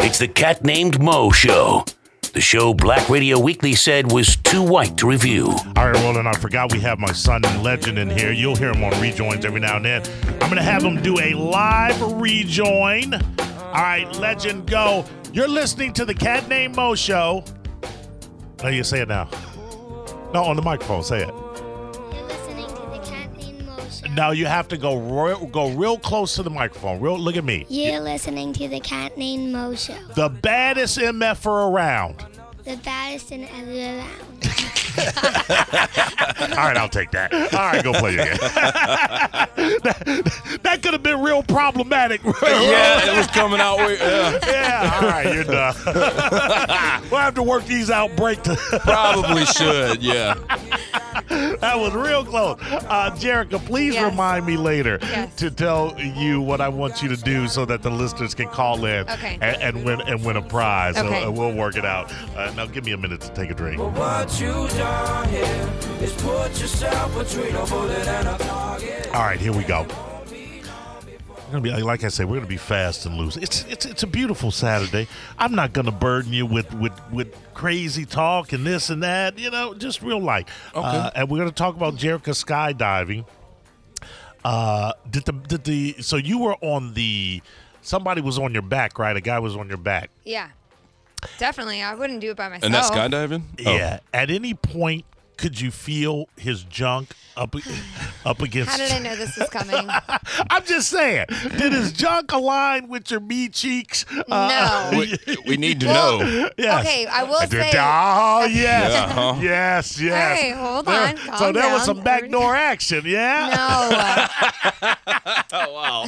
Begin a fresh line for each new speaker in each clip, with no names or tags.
It's the Cat Named Mo Show. The show Black Radio Weekly said was too white to review.
All right, Roland, I forgot we have my son and legend in here. You'll hear him on rejoins every now and then. I'm going to have him do a live rejoin. All right, legend, go. You're listening to the Cat Named Mo Show. No, you say it now. No, on the microphone, say it.
You're listening to the Cat Named Mo Show.
No, you have to go real, go real close to the microphone. Real, look at me.
You're listening to the Cat Named Mo Show.
The baddest MFer around.
The baddest in every round.
All right, I'll take that. All right, go play your game. that, that could have been real problematic.
Yeah, it was coming out. Weird. Yeah,
Yeah, all right, you're done. we'll have to work these out break. To,
probably should. Yeah.
that was real close. Uh, Jerica, please
Yes.
remind me later
Yes.
to tell you what I want you to do so that the listeners can call in
Okay.
and, and win and win a prize. So,
Okay.
uh, we'll work it out. Uh, now, give me a minute to take a drink.
What you done here is put yourself between a bullet and a target.
All right, here we go. We're gonna be uh, like I said, we're gonna be fast and loose. It's it's it's a beautiful Saturday. I'm not gonna burden you with with with crazy talk and this and that. You know, just real life. Okay. and we're gonna talk about Jerica skydiving. Uh, did the did the so you were on the somebody was on your back, right? A guy was on your back.
Yeah. Definitely. I wouldn't do it by myself.
And that's skydiving. Oh.
Yeah. At any point, could you feel his junk up up against?
How did I know this was coming?
I'm just saying. Did his junk align with your meat cheeks? Uh,
no.
We, we need to
Well-
know.
Yes.
Okay, I will
I did-
say.
Oh yes,
Yeah, huh?
yes, yes.
Hey, hold
There-
on,
so
calm
there was
down.
some backdoor action, yeah,
No.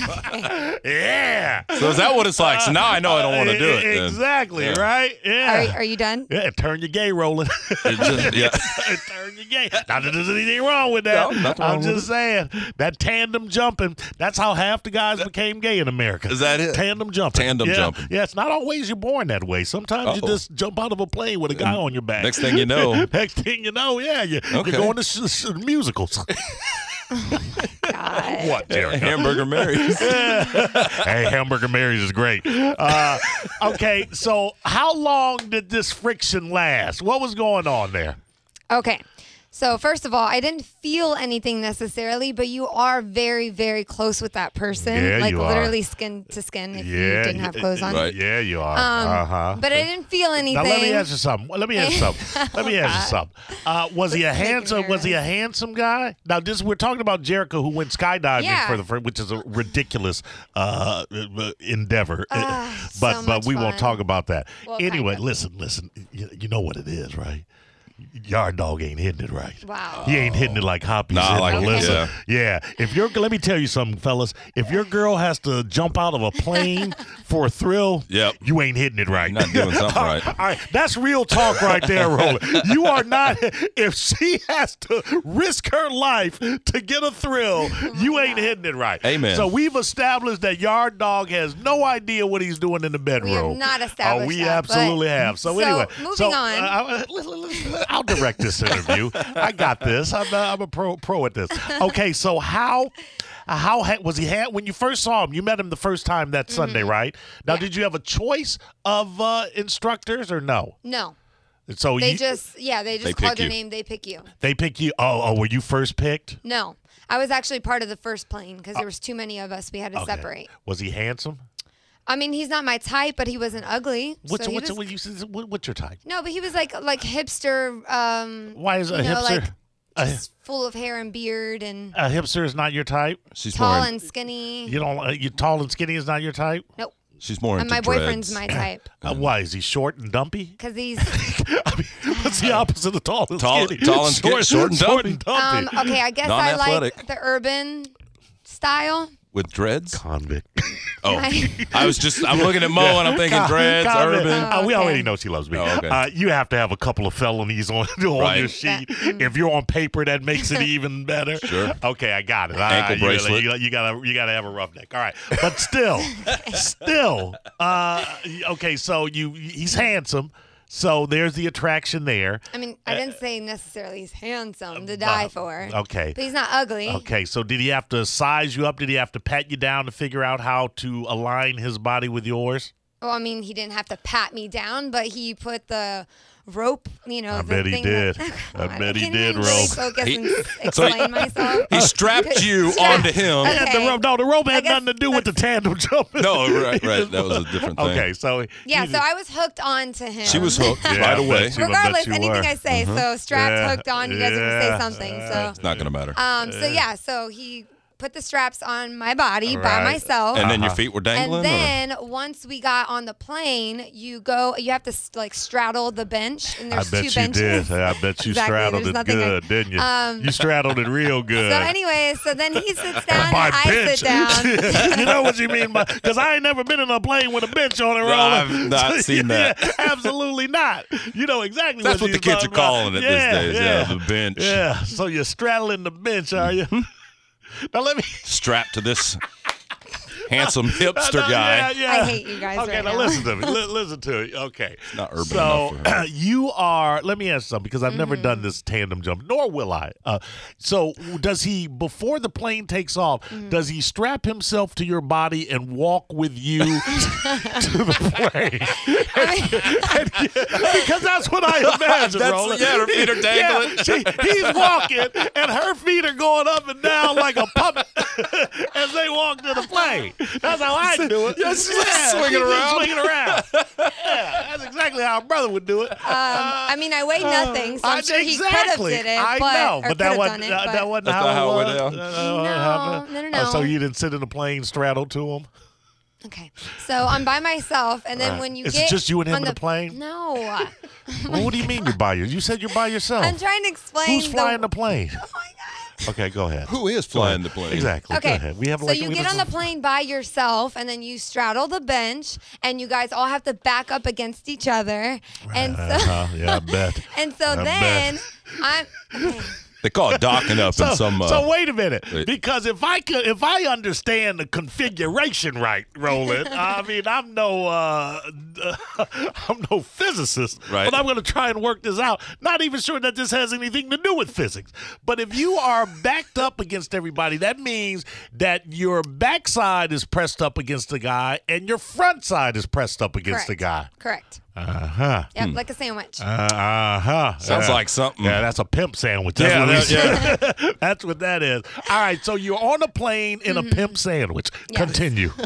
yeah.
So is that what it's like? So now I know I don't want to do it. then.
Exactly,
Yeah.
right?
Are,
Yeah.
are you done?
yeah, turn your gay, Roland.
It just- yeah.
turn your gay. Not that there's anything wrong with that.
No, nothing
I'm
wrong with
just saying that tandem jumping. That's how half the guys became gay in America.
Is that it?
Tandem jumping.
Tandem
yeah.
jumping.
Yeah, it's not always you're born that way. Sometimes you
Uh-oh.
just jump out of a plane with a guy on your back.
Next thing you know,
Next thing you know, yeah, you,
Okay.
you're going to sh- sh- musicals.
God.
what, Derek?
hamburger Mary's.
hey, Hamburger Mary's is great. Uh, okay, so how long did this friction last? What was going on there?
Okay. So, first of all, I didn't feel anything necessarily, but you are very, very close with that person.
Yeah,
like
you are.
literally skin to skin if you didn't have clothes on.
Right.
Yeah, you are.
Um,
uh-huh.
But I didn't feel anything.
Now let me ask you something. Let me ask you something. Let me ask you something. Uh, was he a
Making me
handsome? Was he a handsome guy? Now this we're talking about Jericho who went skydiving
Yeah.
for the fir- which is a ridiculous uh, uh, endeavor.
Ah,
but
so
but
much
we won't
fun.
talk about that.
Well, kind
anyway,
of.
listen, listen. You, you know what it is, right? Yard dog ain't hitting it right.
Wow.
He ain't hitting it like Hoppy's
Nah,
hitting
like-
it.
Okay.
Listen, yeah. If your let me tell you something, fellas. If your girl has to jump out of a plane for a thrill,
Yep.
you ain't hitting it right.
You're not doing something right.
All right, that's real talk right there, Roland. You are not. If she has to risk her life to get a thrill, you ain't hitting it right.
Amen.
So we've established that Yard Dog has no idea what he's doing in the bedroom.
not
Oh,
established
we
that, but-
absolutely have. So,
So,
anyway,
moving
so,
on.
uh, I- I- I'll direct this interview. I got this. I'm a, I'm a pro pro at this. Okay, so how how ha- was he ha- when you first saw him? You met him the first time that
Mm-hmm.
Sunday, right? Now, did you have a choice of uh, instructors or no?
No.
So
They
you,
just, yeah, they just
They
called
pick
your
you.
name, they pick you.
they pick you. Oh, oh, were you first picked?
No. I was actually part of the first plane because there was too many of us. We had to
Okay.
separate.
Was he handsome?
I mean, he's not my type, but he wasn't ugly.
What's
so he
what's
was,
what you said- what- what's your type?
No, but he was like like hipster. Um,
Why is a
you know,
hipster?
like
a-
just full of hair and beard and
a hipster is not your type.
She's more.
tall
in-
and skinny.
You don't. Uh, you tall and skinny is not your type.
Nope.
She's more
And
into
my boyfriend's my
dreads.
type
Uh,
Mm-hmm.
why is he short and dumpy?
because he's
I mean, what's the opposite of tall and
Tall-
skinny?
tall and skin- short and
um, okay. I guess I
Non-athletic.
like the urban style.
with dreads.
Convict.
Oh, I was just. I'm looking at Mo and I'm thinking
Con-
dreads,
convict.
urban.
Uh, we
Oh, okay.
already know she loves me.
Oh, okay.
uh, you have to have a couple of felonies on, on your
Right.
sheet.
That- mm.
If you're on paper, that makes it even better.
Sure.
Okay, I got it. All
Ankle
you gotta-
bracelet.
You gotta, you gotta you gotta have a roughneck. All right, but still, still. Uh, okay, so you he's handsome. So there's the attraction there.
I mean, I didn't say necessarily he's handsome to die for.
Uh, Okay.
But he's not ugly.
Okay, so did he have to size you up? Did he have to pat you down to figure out how to align his body with yours?
Well, I mean, he didn't have to pat me down, but he put the rope. You know,
I
the
bet he
thing
did.
That,
I
God,
bet he
can
did,
even
Ro.
Really focus
He-
and s-
so he-
explain myself.
He strapped you onto him.
Okay.
Yeah, the rope, no, the rope had
guess
nothing to do with the tandem jumping.
No, right, right. That was a different thing.
Okay, so he
Yeah,
just-
so I was hooked onto him.
She was hooked
Yeah,
right
I
away.
bet you-
Regardless,
you
anything
were. Mm-hmm.
I say, so strapped,
Yeah,
hooked on, you guys
yeah.
are gonna say something.
Uh,
So,
Not gonna matter.
um, so yeah, so he put the straps on my body by
Right.
myself.
and then
Uh-huh.
your feet were
And
dangling. or-
then once we got on the plane, you go. You have to like straddle the bench, and
I
there's
bet
two
you
benches.
did. I bet you
Exactly,
straddled
there's
it
nothing I-
good, didn't you?
Um,
you straddled it real good.
So anyway, so then he sits down,
by
and I
bench.
sit down.
you know what you mean by because I ain't never been in a plane with a bench on it.
No,
roller.
I've not seen that.
absolutely not. You know exactly.
That's what
what
the kids are calling it
about. yeah,
these days. Yeah,
Yeah,
the bench.
Yeah. So you're straddling the bench, are you?
Mm-hmm.
now let me.
Strapped to this handsome hipster
no,
guy.
Yeah, yeah.
I hate you guys
Okay,
right
now,
now.
listen to me. Li- listen to me. Okay.
not urban
so,
enough for her.
you are. Let me ask something because I've never
Mm-hmm.
done this tandem jump, nor will I. Uh, so, does he before the plane takes off?
Mm-hmm.
Does he strap himself to your body and walk with you to the plane?
um,
because that's what I imagine.
That's-
Roland.
yeah, her feet are dangling.
Yeah, she- he's walking, and her feet are going up and down like a puppet as they walk to the plane. That's how I do it.
she's like swinging around.
swinging around. Yeah, that's exactly how a brother would do it.
Um, I mean, I weigh nothing, so I'm
I-
sure he could have
exactly.
did it.
I
but,
know,
or
but that
could have
wasn't
done it,
that,
but-
that wasn't
That's
how,
not how it
it
went
was.
down.
That's not how it happened.
No, no,
Oh, so
no.
you didn't sit in the plane straddled to him?
Okay, so I'm by myself, and then
Right.
when you
Is it
get
just you and him
on
in the plane?
No,
Well, what do you mean you're by yourself? You said you're by yourself.
I'm trying to explain.
Who's
the-
flying the plane?
Oh my God.
Okay, go ahead.
Who is
Go
flying
ahead.
the plane?
Exactly. Go
Okay.
ahead. We have
so
like
you
we-
get on the plane by yourself, and then you straddle the bench, and you guys all have to back up against each other, and so
Uh-huh. Yeah, I bet.
and so
I bet.
then I'm. Okay.
They call it docking up in some. Uh,
so wait a minute,
wait.
because if I could, if I understand the configuration right, Roland, I mean, I'm no, uh, I'm no physicist,
Right.
but I'm going to try and work this out. Not even sure that this has anything to do with physics. But if you are backed up against everybody, that means that your backside is pressed up against the guy, and your front side is pressed up against the guy.
Correct. Correct.
Uh huh.
Yep, like a sandwich.
Uh huh.
Sounds like something.
Yeah, that's a pimp sandwich.
Mm. Yeah,
That's,
that-
what, that, that's what that is. All right, so you're on a plane in a pimp sandwich.
Mm-hmm. Yes.
Continue.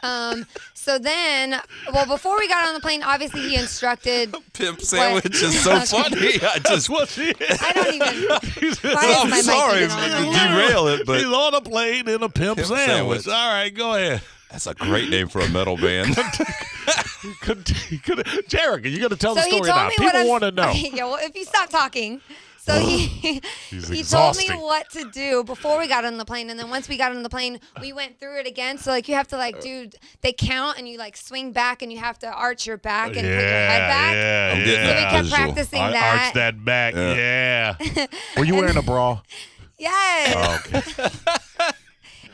Um, so then, well, before we got on the plane, obviously he instructed.
pimp sandwich is so funny. I just
What's he?
I don't even.
He's
Why is
I'm
my mic
sorry
even on?
to derail it,
He's
but
on a plane in a pimp,
Pimp
sandwich.
sandwich.
All right, go ahead.
that's a great name for a metal band.
Continue. Jerica, you're going to tell the
So he
story
told
now.
me what
People
I'm-
want to know.
Okay, yeah, well, if you stop talking. So he he told me
exhausting.
what to do before we got on the plane, and then once we got on the plane, we went through it again. So like you have to like do they count and you like swing back and you have to arch your back and put your head back.
yeah,
I'm getting
So we
Yeah.
kept
Visual.
practicing
Ar-
that.
Arch that back. Yeah. Were you
And-
wearing a bra?
Yes.
Oh.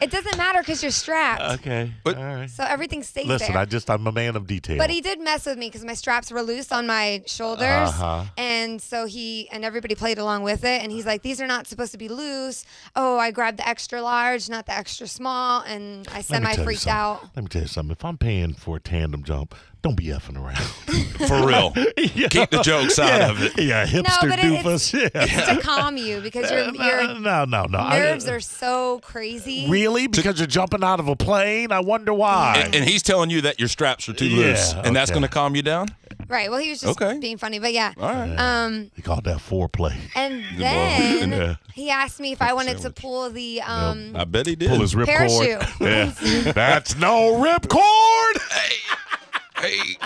it doesn't matter because you're strapped,
Okay.
But-
All right.
so everything stays
Uh, Listen,
there.
I just I'm a man of detail.
But he did mess with me because my straps were loose on my shoulders,
Uh-huh.
and so he and everybody played along with it. And he's like, "These are not supposed to be loose." Oh, I grabbed the extra large, not the extra small, and I
Let me
semi
tell you
freaked
something.
out.
Let me tell you something. If I'm paying for a tandem jump, don't be effing around.
For real.
Yeah.
Keep the jokes out
yeah,
of it.
Yeah, hipster
but it- it's-
doofus. yeah.
It's to calm you because your your
no, no, no. I-
nerves are so crazy.
really because you're jumping out of a plane. I wonder why.
And, and he's telling you that your straps are too
Yeah,
loose, and that's
okay.
going to calm you down.
Right. Well, he was just
Okay.
being funny, but yeah.
Uh-huh.
All right.
Um,
They call that foreplay.
and
Well,
then
yeah.
he asked me if I wanted to pull the um.
I bet he did.
Pull his ripcord.
Parachute.
Yeah. That's no ripcord.
Hey.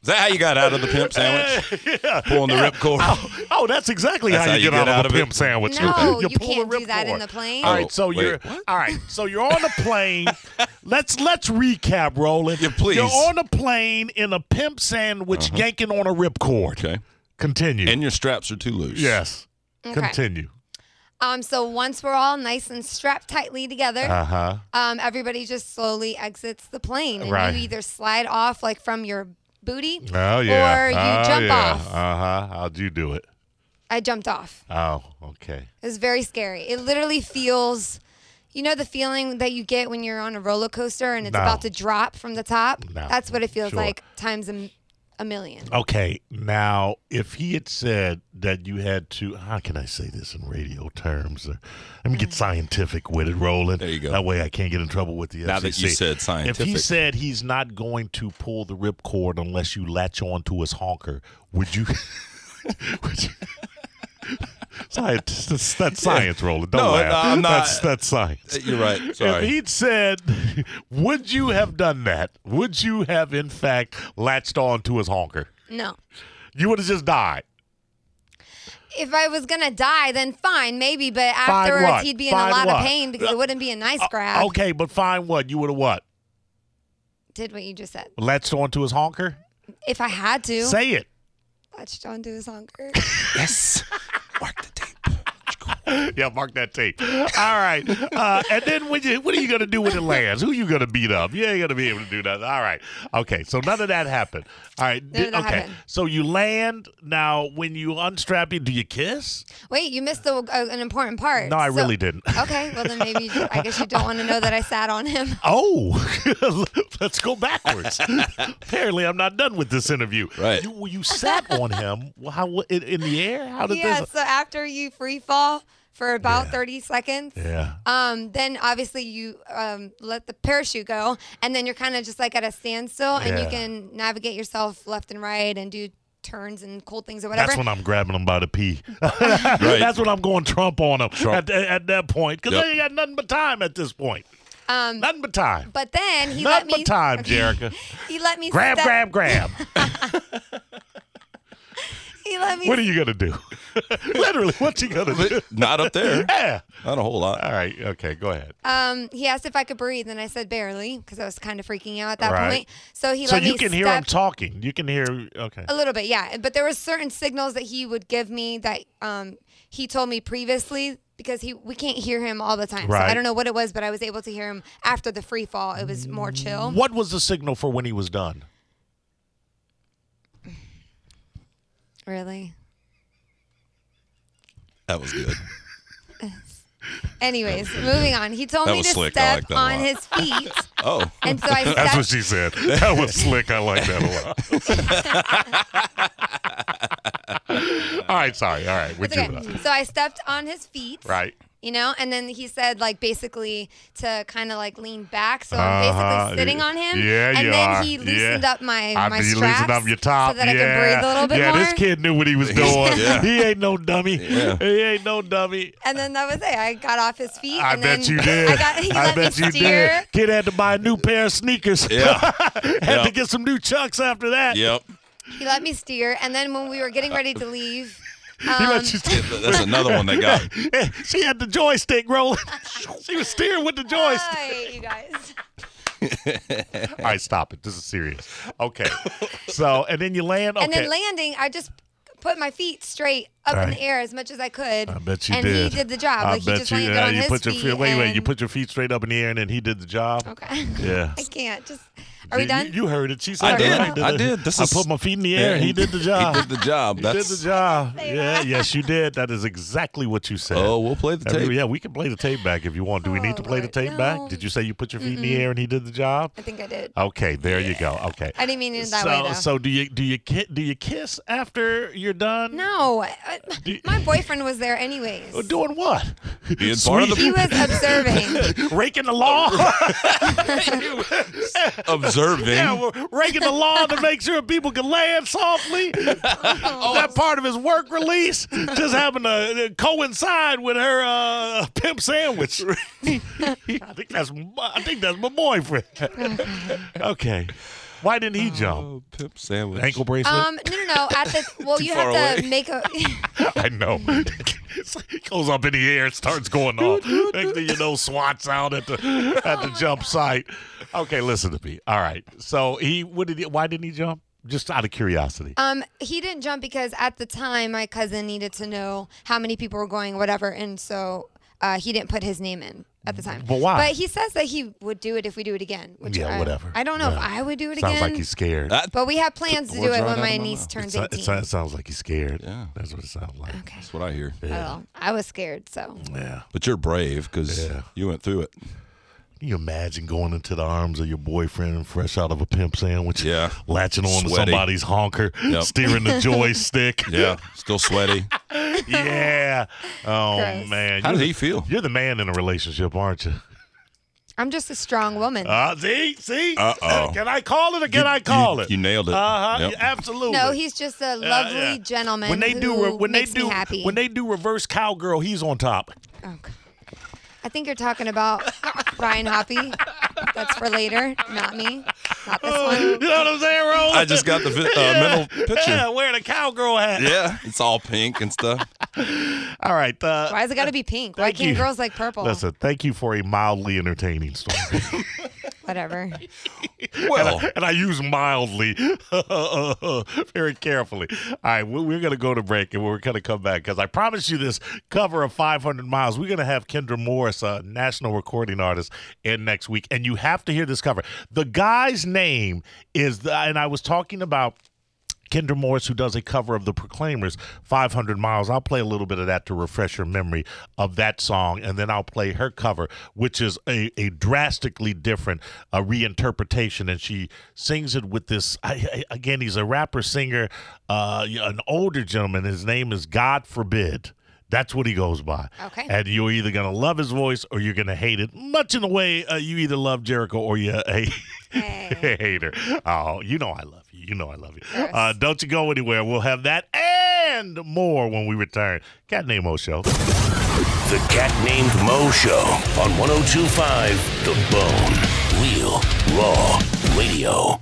Is that how you got out of the pimp sandwich? Pulling the ripcord.
Oh, oh, that's exactly
That's
how, you, get, out, of
it.
a pimp sandwich.
No, you
pull the
can't do that in
ripcord.
the plane.
All right,
Oh,
so
wait,
you're
what?
all right. So you're on a plane. let's let's recap, Roland.
Yeah, please. Uh-huh.
You're on a plane in a pimp sandwich, yanking on a ripcord.
Okay.
Continue.
And your straps are too loose.
yes.
Okay.
Continue.
Um, so once we're all nice and strapped tightly together,
Uh huh.
Uh-huh.
um, everybody just slowly exits the plane. And
Right.
you either slide off like from your booty
Oh yeah.
or you
oh,
jump
yeah.
off.
Uh huh. How'd you do it?
I jumped off.
Oh, okay.
It was very scary. It literally feels You know the feeling that you get when you're on a roller coaster and it's
No.
about to drop from the top?
No.
That's what it feels
Sure.
like times a, m- a million.
Okay, now if he had said that you had to, how can I say this in radio terms? Uh, Let me get scientific with it, Roland.
There you go.
That way I can't get in trouble with the
Now
FCC.
that you said
If he
scientific.
said he's not going to pull the ripcord unless you latch on to his honker, would you? would you science, that's, that's science, Roland. Don't
No,
laugh.
no, I'm not- Uh,
That's, that's science.
You're right. Sorry.
If he'd said, would you have done that? Would you have, in fact, latched on to his honker?
No.
You would have just died.
If I was going to die, then fine, maybe. But
Fine
afterwards,
what?
he'd be
Fine
in a lot
what?
of pain because
Uh,
it wouldn't be a nice grab.
O- okay, but fine. What you would have what
Did what you just said.
latched onto his honker?
If I had to,
Say it.
watched on to his hunger.
yes. Mark the tape.
Yeah, mark that tape. All right, uh, and then when you, what are you gonna do when it lands? Who you gonna beat up? You ain't gonna be able to do nothing. All right, okay. So none of that happened. All right,
None of that
okay.
happened.
So you land now. When you unstrap it, do you kiss?
Wait, you missed the, uh, an important part.
No, I
So- Oh.
really didn't.
Okay, well then maybe you ju- I guess you don't want to know that I sat on him.
Oh, let's go backwards. Apparently, I'm not done with this interview.
Right.
You, you sat on him. How in, in the air? How did
yeah,
this?
so after you free fall for about 30 seconds,
Yeah.
um, then obviously you um, let the parachute go, and then you're kind of just like at a standstill, and
Yeah.
you can navigate yourself left and right and do turns and cool things or whatever.
That's when I'm grabbing them by the pee.
Right.
That's when I'm going Trump on them At, at that point because
Yep.
they ain't got nothing but time at this point.
Um,
Nothing but time.
but then he
nothing
let me
but time, Jerica.
He let me
Grab, grab,
step-
grab.
He let me.
what are you gonna do? Literally, what you gonna do?
Not up there.
Yeah.
Not a whole lot.
All right. Okay. Go ahead.
um, he asked if I could breathe, and I said barely because I was kind of freaking out at that
Right.
point. So he
so
let me
you can hear him
step- Oh.
talking. You can hear. Okay.
A little bit, yeah. But there were certain signals that he would give me that um, he told me previously because he we can't hear him all the time. So
Right.
I don't know what it was, but I was able to hear him after the free fall. It was more chill.
What was the signal for when he was done?
Really?
That was good.
Anyways, moving on. He told
That
me
was
to
slick. I like
step
that a
on
lot.
his feet,
Oh.
and so I stepped.
she said. That was slick. I like that a lot. all right. Sorry. All right. We're
It's okay. So I stepped on his feet.
Right.
You know, and then he said like basically to kind of like lean back, so
Uh-huh.
I'm basically sitting on him.
Yeah,
and
you
then
are.
he loosened
Yeah.
up my
I
my
mean,
straps
loosen up your top.
so that
yeah.
I can breathe a little bit
yeah,
more.
this kid knew what he was doing.
Yeah.
He ain't no dummy.
Yeah.
He ain't no dummy.
And then that was it. I got off his feet.
I
and
bet
then
you did.
I, got, he let
bet
me
you
steer.
did. Kid had to buy a new pair of sneakers.
Yeah.
had to
Yep.
get some new chucks after that.
Yep.
He let me steer. And then when we were getting ready to leave,
He
um,
let you
Yeah, th- That's another one they got.
she had the joystick rolling. she was steering with the joystick.
Hi, you guys.
All right, stop it. This is serious. Okay. So, and then you land. Okay.
And then landing, I just put my feet straight up in
Right.
the air as much as I could.
I bet you
and
did.
he did the job.
I
like
bet
he just
you.
landed
yeah,
on
you
his
put your
feet.
feet. Wait, wait. You
and-
put your feet straight up in the air, and then he did the job.
Okay.
Yeah.
I can't. Just are
You-
we done?
You, heard it. She said,
I did.
right.
I did. This
I
is-
put my feet in the air. He did the job.
He did the job.
He did
That's
the job. Yeah. Yes, you did. That is exactly what you said.
Oh, we'll play the
I mean,
tape.
yeah, we can play the tape back if you want. Do we need to
Oh,
play the
Lord,
tape back?
no.
Did you say you put your feet in the air and he did the job?
I think I did.
Okay, there you go. Okay.
I didn't mean it that
so,
way though.
so do you do you ki- do you kiss after you're done?
no, I-
Do- Oh,
my boyfriend was there anyways.
Well, Doing what?
Being part of the-
He was observing.
raking the law.
Observing.
yeah, we're raking the law to make sure people can land softly. that part of his work release just happened to uh, coincide with her uh, pimp sandwich. I think that's my, I think that's my boyfriend. okay, why didn't he jump?
Oh, pimp sandwich.
Uh, Ankle bracelet.
Um, no, no, no. At the well,
Too
you
far
have to
away.
make a.
I know. It's like it goes up in the air, it starts going off. Next thing you know, SWAT's out at the at the jump site. Okay, listen to me. All right. So he what did he, why didn't he jump? Just out of curiosity.
Um, he didn't jump because at the time my cousin needed to know how many people were going, whatever, and so uh, he didn't put his name in. at the time.
But why?
But he says that he would do it if we do it again. Which
Yeah,
I,
whatever.
I don't know if
Yeah.
I would do it
Sounds
again.
like he's scared.
That-
but we had plans to do
words
it
right out
when
of
my
my
niece
mouth.
turns
So- It, so-
18.
it sounds like he's scared.
Yeah.
That's what it sounds like.
okay.
That's what I hear.
Well, I was scared, so.
Yeah.
But you're brave because
Yeah.
you went through it.
Can you imagine going into the arms of your boyfriend fresh out of a pimp sandwich?
Yeah.
Latching on to
Sweaty.
somebody's honker,
Yep.
steering the joystick.
Yeah, still sweaty.
yeah. Oh,
Gross.
man.
How
You're
did
the-
he feel?
You're the man in a relationship, aren't you?
I'm just a strong woman.
Uh, see, see.
Uh-oh.
Can I call it or can
You-
I call
you-
it?
you nailed it.
Uh huh.
Yep.
Absolutely.
no, he's just a
Uh,
lovely
yeah.
gentleman.
When they
who
do, re- when
makes
they do,
me happy.
when they do reverse cowgirl, he's on top.
Oh, God. I think you're talking about Ryan Hoppy. That's for later, not me, not this
You
one.
know what I'm saying, Roll?
I just got the vi- uh, mental
yeah,
picture.
wearing a cowgirl hat.
Yeah, it's all pink and stuff.
All right. Uh,
Why's it got to be pink? Why
Thank
can't
you.
girls like purple?
Listen, thank you for a mildly entertaining story.
Whatever.
Well,
and I use mildly very carefully. All right, we- we're going to go to break and we're going to come back because I promise you this cover of 500 Miles. We're going to have Kendra Morris, a national recording artist, in next week. And you have to hear this cover. The guy's name is, the, and I was talking about. Kendra Morris, who does a cover of the Proclaimers, 500 Miles. I'll play a little bit of that to refresh your memory of that song, and then I'll play her cover, which is a, a drastically different uh, reinterpretation. And she sings it with this, I, I, again, he's a rapper, singer, uh, an older gentleman. His name is God Forbid. That's what he goes by.
Okay.
And you're either going to love his voice or you're going to hate it, much in the way uh, you either love Jericho or you hate
Hey.
hater. Oh, you know I love you. You know I love you.
Yes.
Uh, don't you go anywhere. We'll have that and more when we return. Cat Nemo Show.
The Cat Named Mo Show oh on 1025 The Bone. Real, raw radio.